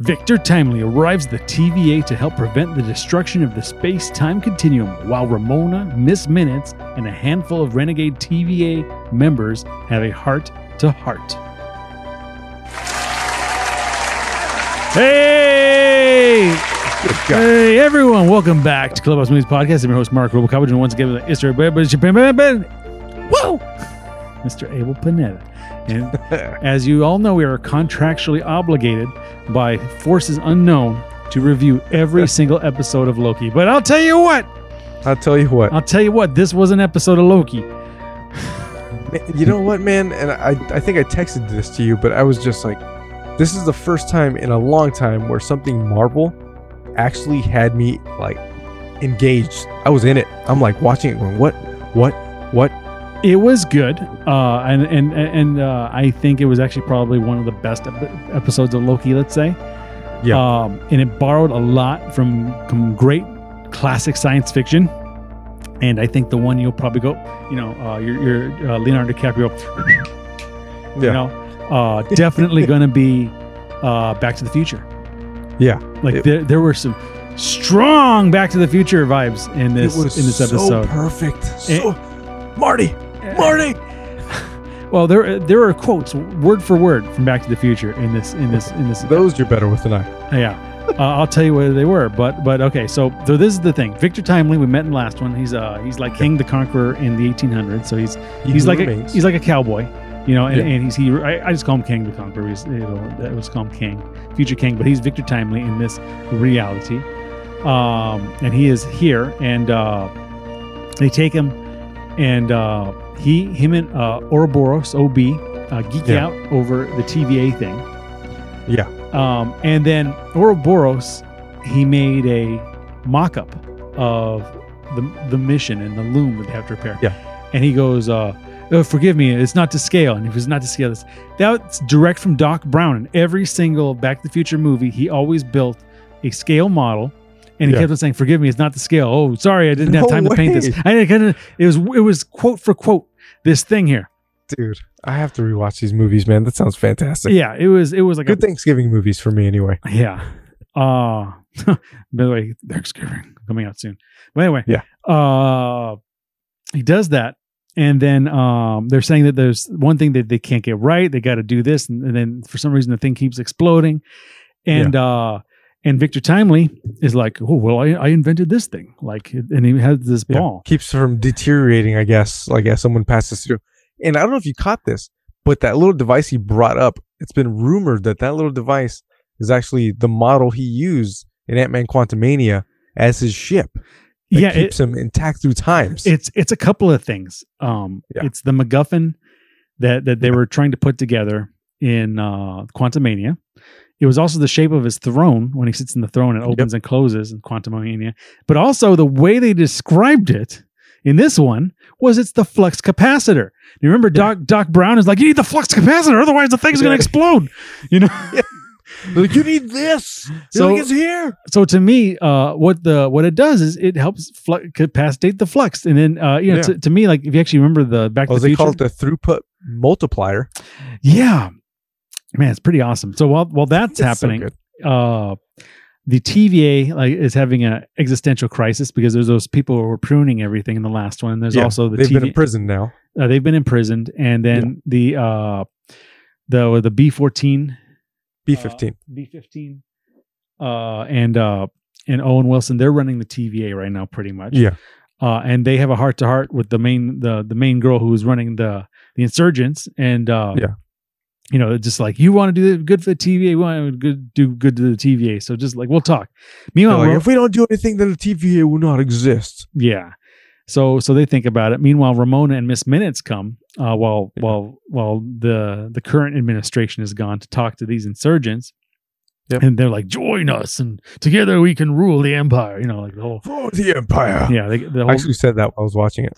Victor Timely arrives at the TVA to help prevent the destruction of the space time continuum while Ramona, Miss Minutes, and a handful of renegade TVA members have a heart to heart. Hey! Hey, everyone, welcome back to Clubhouse Movies Podcast. I'm your host, Mark Robocop, and once again, with Mr. Whoa! Mr. Abel Panetta. And as you all know, we are contractually obligated by forces unknown to review every single episode of Loki. But I'll tell you what, I'll tell you what. I'll tell you what, this was an episode of Loki. You know what, man? And I, I think I texted this to you, but I was just like, this is the first time in a long time where something Marvel actually had me like engaged. I was in it. I'm like watching it going, what, what, what? It was good, uh, and and and uh, I think it was actually probably one of the best ep- episodes of Loki. Let's say, Yeah. Um, and it borrowed a lot from, from great classic science fiction, and I think the one you'll probably go, you know, uh, your your uh, Leonardo DiCaprio, you Yeah. know, uh, definitely going to be uh, Back to the Future. Yeah. like It- there there were some strong Back to the Future vibes in this it was in this so episode. perfect. So, Marty, Marty. Well, there there are quotes word for word from Back to the Future in this in this in this. Those you're better with than I. yeah, uh, I'll tell you where they were. But but okay, so so this is the thing. Victor Timely, we met in the last one. He's uh he's like King the Conqueror in the 1800s. So he's he's like a, he's like a cowboy. You know, and, Yeah. and he's he. I, I just call him King the Conqueror. He's, you know, that was called King, future King, but he's Victor Timely in this reality, um, and he is here. And uh, they take him, and uh, he, him, and uh, Ouroboros OB uh, geek Yeah. out over the TVA thing. Yeah. Um, and then Ouroboros, he made a mock-up of the the mission and the loom that they have to repair. Yeah. And he goes, uh, "Oh, "Forgive me, it's not to scale." And if it's not to scale, this that's direct from Doc Brown. In every single Back to the Future movie, he always built a scale model. And he Yeah. kept on saying, "Forgive me, it's not the scale." Oh, sorry, I didn't have No time to paint this. way. I didn't. I didn't- It was it was quote for quote this thing here. dude. I have to rewatch these movies, man. That sounds fantastic. yeah, it was it was like Good Thanksgiving movies for me, anyway. a, yeah. Uh by the way, Thanksgiving coming out soon. But anyway, Yeah. Uh, he does that, and then um, they're saying that there's one thing that they can't get right. They got to do this, and, and then for some reason the thing keeps exploding, and uh, and Victor Timely is like, oh well, I, I invented this thing, like, and he has this Yeah. ball. keeps from deteriorating, I guess, like as someone passes through. And I don't know if you caught this, but that little device he brought up, it's been rumored that that little device is actually the model he used in Ant Man Quantumania as his ship. That Yeah, it- keeps him intact through times. It's it's a couple of things. Um, Yeah. it's the MacGuffin that that they were trying to put together in uh, Quantumania. It was also the shape of his throne when he sits in the throne and Yep. opens and closes in Quantumania. But also the way they described it in this one was it's the flux capacitor. You remember Yeah. Doc Doc Brown is like, you need the flux capacitor, otherwise the thing's gonna Yeah. explode. You know. They're like, you need this. So- So it's here. so to me, uh, what the what it does is it helps flu- capacitate the flux, and then uh, you know, Yeah. to, to me, like if you actually remember the Back Oh, to the they Future, call it the throughput multiplier. yeah, man, it's pretty awesome. So while while that's It's so happening, good. uh, the TVA like is having an existential crisis because there's those people who were pruning everything in the last one. And there's Yeah, also the They've TVA been in prison now. uh, they've been imprisoned, and then the uh, the the B fourteen B fifteen. B fifteen, uh, and uh, and Owen Wilson. They're running the TVA right now, pretty much. yeah. Uh, and they have a heart to heart with the main the the main girl who's running the the insurgents, and uh, Yeah. you know, just like you want to do good for the TVA, we want to good do good to the TVA. So just like we'll talk. They're Meanwhile, like, Ro- if we don't do anything, then the TVA will not exist. yeah. So so they think about it. Meanwhile, Ramona and Miss Minutes come uh, while Yeah. while while the the current administration is gone to talk to these insurgents. Yep. And they're like, join us, and together we can rule the empire. You know, like the whole For the empire. yeah, they, the I whole, actually said that while I was watching it.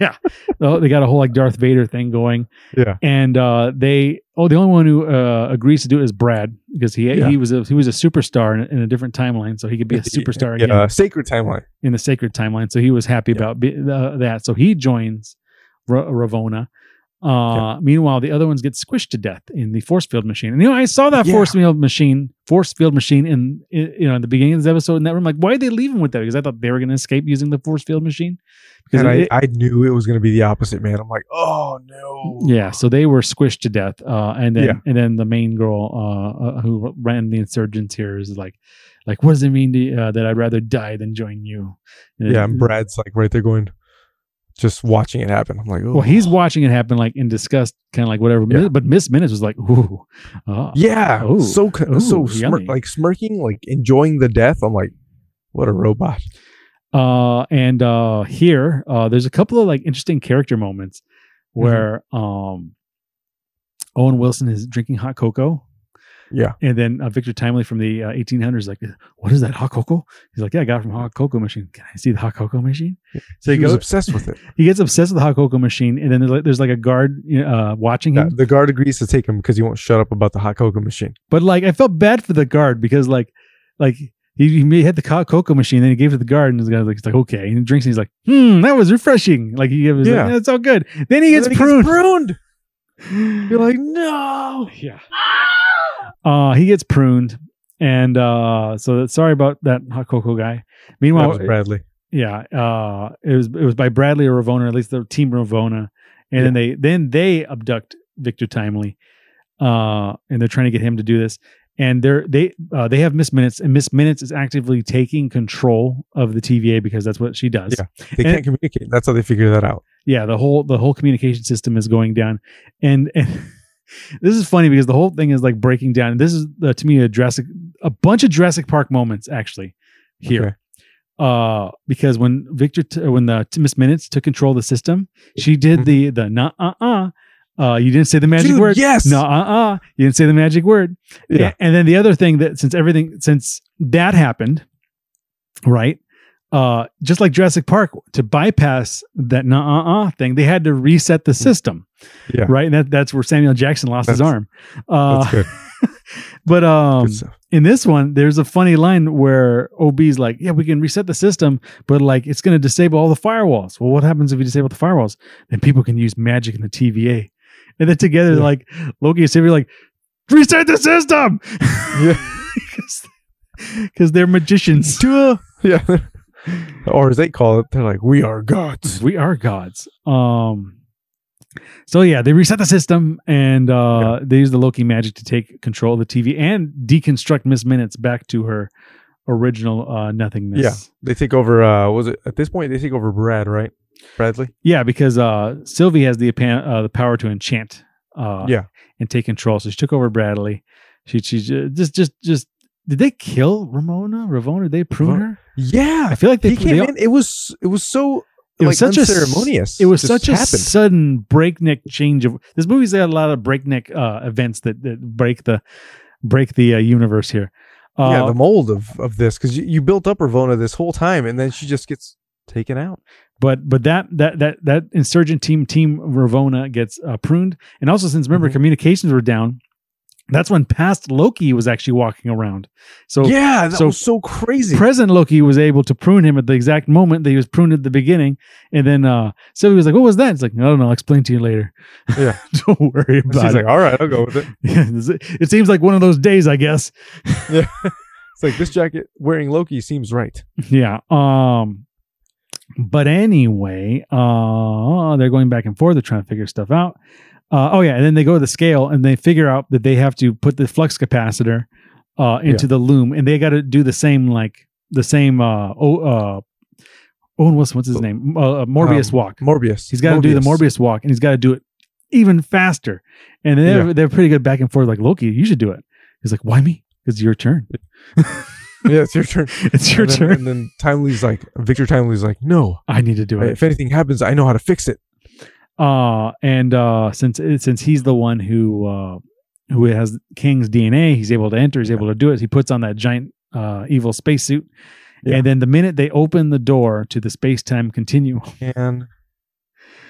yeah, the whole- they got a whole like Darth Vader thing going. Yeah. and uh, they oh the only one who uh, agrees to do it is Brad because he Yeah. he was a, he was a superstar in, a- in a different timeline, so he could be a superstar Yeah, again. uh, sacred timeline. in the sacred timeline. So he was happy Yeah. about be, uh, that. So he joins Ra- Ravona, Uh, Meanwhile, the other ones get squished to death in the force field machine. And you know, I saw that Yeah. force field machine, force field machine, in, in you know, in the beginning of this episode in that room. Like, why did they leave him with that? Because I thought they were going to escape using the force field machine. Because and I, it- I knew it was going to be the opposite, man. I'm like, oh no. yeah, so they were squished to death. Uh, and then Yeah. and then the main girl uh, uh, who ran the insurgents here is like, like, what does it mean to, uh, that I'd rather die than join you? And Yeah, and Brad's like right there going, just watching it happen. I'm like, oh. Well, he's watching it happen, like in disgust, kind of like whatever. Yeah. But Miss Minutes was like, ooh, uh, yeah, Oh, so co- ooh, so yummy. smirk, like smirking, like enjoying the death. I'm like, what a robot. Uh, and uh, here, uh, there's a couple of like interesting character moments Mm-hmm. where um, Owen Wilson is drinking hot cocoa. Yeah. And then uh, Victor Timely from the uh, 1800s is like, what is that hot cocoa? He's like, yeah, I got it from a hot cocoa machine. Can I see the hot cocoa machine? So He, he was goes, Mm-hmm. obsessed with it. he gets obsessed with the hot cocoa machine, and then there's like, there's like a guard uh, watching Yeah, him. the guard agrees to take him because he won't shut up about the hot cocoa machine. But like, I felt bad for the guard because like, like he, he may hit the co- cocoa machine, then he gave it to the guard, and this guy's like, he's like, okay, and he drinks, and he's like, hmm, that was refreshing. Like he was, Yeah. like, that's all good. Then he gets And then pruned. pruned. You're like, no. yeah. Uh, he gets pruned, and uh, so that, sorry about that hot cocoa guy. That Meanwhile, was Bradley. yeah, uh, it was it was by Bradley or Ravona, at least the team Ravona, and then they then they abduct Victor Timely, uh, and they're trying to get him to do this, and they're they uh, they have Miss Minutes, and Miss Minutes is actively taking control of the TVA because that's what she does. Yeah. They And- can't communicate. That's how they figure that out. yeah, the whole the whole communication system is going down, and and. This is funny because the whole thing is like breaking down. This is uh, to me a Jurassic, a bunch of Jurassic Park moments actually here Okay. uh because when victor t- uh, when the t- miss minutes took control of the system she did Mhm. the the nah uh uh uh you didn't say the magic Dude, word yes. no uh uh you didn't say the magic word Yeah. and then the other thing that since everything since that happened right uh just like jurassic park to bypass that nah uh uh thing they had to reset the system Mm. Yeah. right and that, that's where samuel jackson lost his That's- arm uh That's good. but um good stuff. in this one, there's a funny line where OB's like, "Yeah, we can reset the system, but like it's going to disable all the firewalls." Well, what happens if you disable the firewalls? Then people can use magic in the TVA, and then together, Yeah. like Loki and Sylvie, are like reset the system yeah. because they're magicians. Yeah. or as they call it, they're like, we are gods. we are gods. Um, so yeah, they reset the system and uh, they use the Loki magic to take control of the TV and deconstruct Miss Minutes back to her original uh, nothingness. Yeah. They take over, uh, was it at this point? They take over Brad, right? Bradley? Yeah, because uh, Sylvie has the appa- uh, the power to enchant. Uh, Yeah. and take control. So she took over Bradley. She she ju- just just just did they kill Ramona? Ravona? Did they prune Ravona? her? Yeah. I feel like they he came they- in. It was, it was so, It like, was such a s- unceremonious. It was Just such a happened. sudden breakneck change of this movie's had a lot of breakneck uh, events that, that break the break the uh, universe here. Uh, yeah, the mold of, of this because you, you built up Ravona this whole time and then she just gets taken out. but but that that that that insurgent team team Ravona gets uh, pruned, and also since remember Mhm. communications were down, that's when past Loki was actually walking around. So yeah, that so- was so crazy. present Loki was able to prune him at the exact moment that he was pruned at the beginning, and then uh Sylvie was like, "What was that?" It's like, "I don't know. I'll explain to you later." Yeah. don't worry And she's about it. like, all right, I'll go with it. Yeah, this- it seems like one of those days, I guess. It's like this jacket wearing Loki seems right. Yeah. Um. But anyway, uh, they're going back and forth. They're trying to figure stuff out. Uh, oh yeah, and then they go to the scale and they figure out that they have to put the flux capacitor uh, into the loom, and they got to do the same like the same. Uh, oh, uh, Owen Wilson, what's his name? Uh, uh, Morbius Um, walk. Morbius. He's got to do the Morbius walk, and he's got to do it even faster. And they're Yeah. they're pretty good back and forth. Like Loki, you should do it. He's like, why me? It's your turn. Yeah, it's your turn. It's your and then, turn. And then Timely's like, Victor Timely's like, no. I need to do it. If anything happens, I know how to fix it. Uh and uh since since he's the one who uh who has King's DNA, he's able to enter, he's able to do it. He puts on that giant uh evil spacesuit. Yeah. And then the minute they open the door to the space-time continuum, And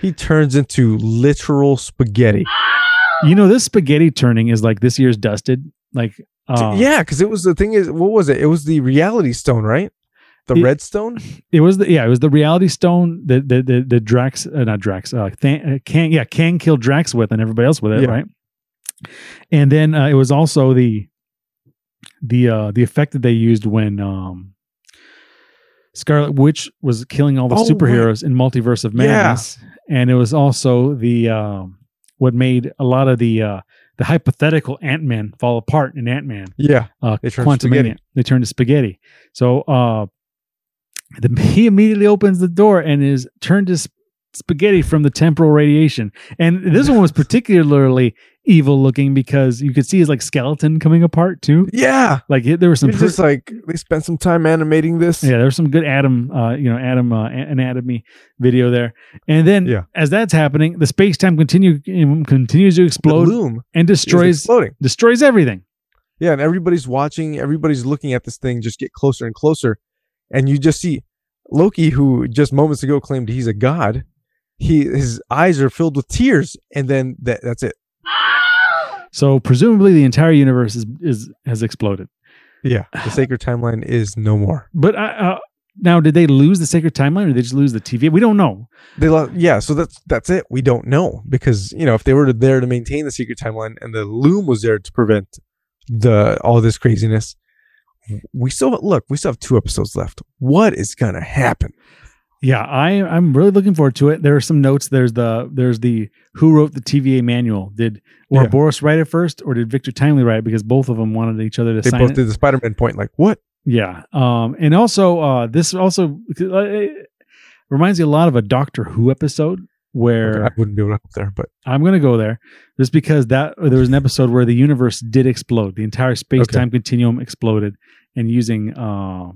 he turns into literal spaghetti. you know this spaghetti turning is like this year's dusted. Like uh, yeah, because it was the thing is, what was it? It was the reality stone, right? The It- redstone? It was the yeah, it was the reality stone that the the, the Drax uh, not Drax uh, Than, uh, can yeah can kill Drax with and everybody else with it Yeah. right. And then uh, it was also the the uh the effect that they used when um Scarlet Witch was killing all the Oh, right. superheroes in Multiverse of Yeah. Madness, and it was also the um what made a lot of the uh the hypothetical Ant Man fall apart in Ant Man Yeah. uh, They turn Quantum spaghetti. Mania. They turn to spaghetti. So uh, the, he immediately opens the door and is turned to sp- spaghetti from the temporal radiation. And this one was particularly evil looking because you could see his like skeleton coming apart too. Yeah. Like it- there was some. It's per- just like they spent some time animating this. yeah, there's some good Adam, uh, you know, Adam uh, a- anatomy video there, and then Yeah. as that's happening, the space time continue um, continues to The explode loom and is destroys exploding. destroys everything. Yeah, and everybody's watching, everybody's looking at this thing just get closer and closer. And you just see Loki, who just moments ago claimed he's a god, he his eyes are filled with tears, and then that, that's it. So presumably the entire universe is, is has exploded. Yeah. The sacred timeline is no more. But I, uh, now, did they lose the sacred timeline, or did they just lose the TV? We don't know. They lo- yeah, so that's that's it. We don't know. Because, you know, if they were there to maintain the secret timeline and the loom was there to prevent the all this craziness, we still look, we still have two episodes left. What is gonna happen? Yeah, I I'm really looking forward to it. There are some notes. There's the there's the who wrote the TVA manual. Did or Yeah. Boris write it first, or did Victor Timely write it? Because both of them wanted each other to They sign both it. did the Spider Man point, like, what? Yeah, um, and also uh, this also uh, reminds me a lot of a Doctor Who episode where I wouldn't be able to help there, but I'm going to go there just because that there was an episode where the universe did explode. The entire space time continuum exploded, and using uh,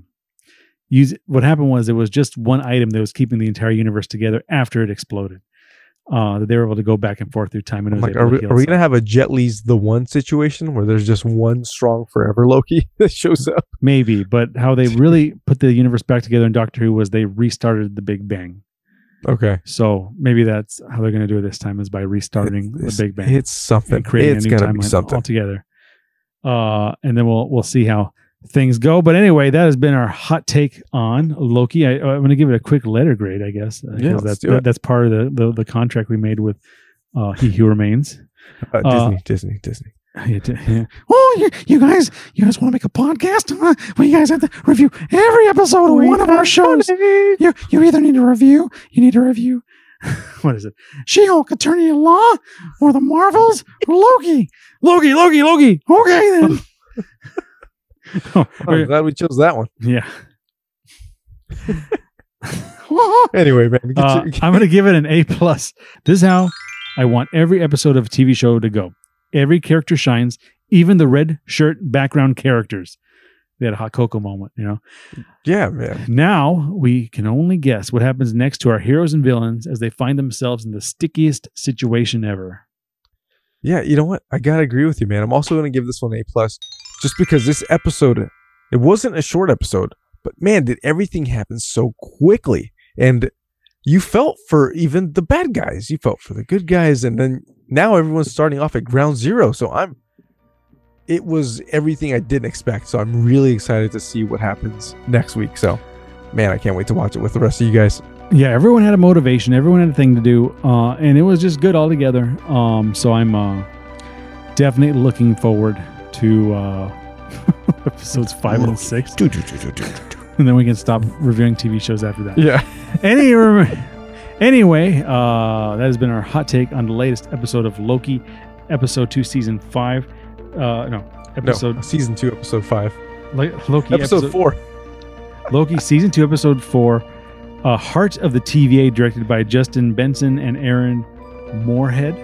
use what happened was it was just one item that was keeping the entire universe together after it exploded. Uh, that they were able to go back and forth through time and it I'm was like, able are to we, heal are we itself. gonna have a Jet Li's the one situation where there's just one strong forever Loki that shows up? maybe, but how they really put the universe back together in Doctor Who was they restarted the Big Bang. Okay, So maybe that's how they're going to do it this time is by restarting It's- the Big Bang. It's something. and creating It's a new gonna be timeline something. altogether. Uh, and then we'll we'll see how things go. But anyway, that has been our hot take on Loki. I, uh, I'm going to give it a quick letter grade, I guess. uh, Yeah, 'cause let's that's do that- it. that's part of the, the the contract we made with uh, He Who Remains. Uh, Uh, Disney, Disney, Disney. Yeah, t- yeah. oh, you, you guys, you guys want to make a podcast? Huh? Well, you guys have to review every episode of one of our shows. You you either need to review, you need to review what is it? She-Hulk Attorney at Law or the Marvels or Loki. Loki, Loki, Loki. Okay then. Oh, I'm glad we chose that one. yeah. Anyway, man, get Uh, your- I'm gonna give it an A plus. This is how I want every episode of a TV show to go. Every character shines, even the red shirt background characters. They had a hot cocoa moment, you know. yeah, man. Now we can only guess what happens next to our heroes and villains as they find themselves in the stickiest situation ever. Yeah, you know what? I gotta agree with you, man. I'm also gonna give this one a plus, just because this episode, it wasn't a short episode, but man, did everything happen so quickly, and you felt for even the bad guys, you felt for the good guys, and then now everyone's starting off at ground zero. So I'm, it was everything I didn't expect. So I'm really excited to see what happens next week. So, man, I can't wait to watch it with the rest of you guys. Yeah, everyone had a motivation, everyone had a thing to do, uh, and it was just good all together. Um, so I'm uh, definitely looking forward to uh, episodes five and six, and then we can stop reviewing TV shows after that. Yeah. Any, anyway, uh, that has been our hot take on the latest episode of Loki, episode two, season five. Uh, no, episode no, season two, episode five, Lo- Loki episode, episode, four. Loki season two episode four, uh, Heart of the TVA, directed by Justin Benson and Aaron Moorhead.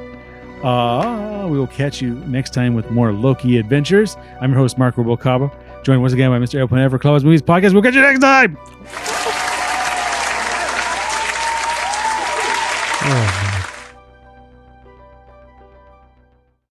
Uh, we will catch you next time with more Loki adventures. I'm your host Mark Rubalcaba, joined once again by Mr. Airplane Ever Clubhouse Movies Podcast. We'll catch you next time. Oh, man.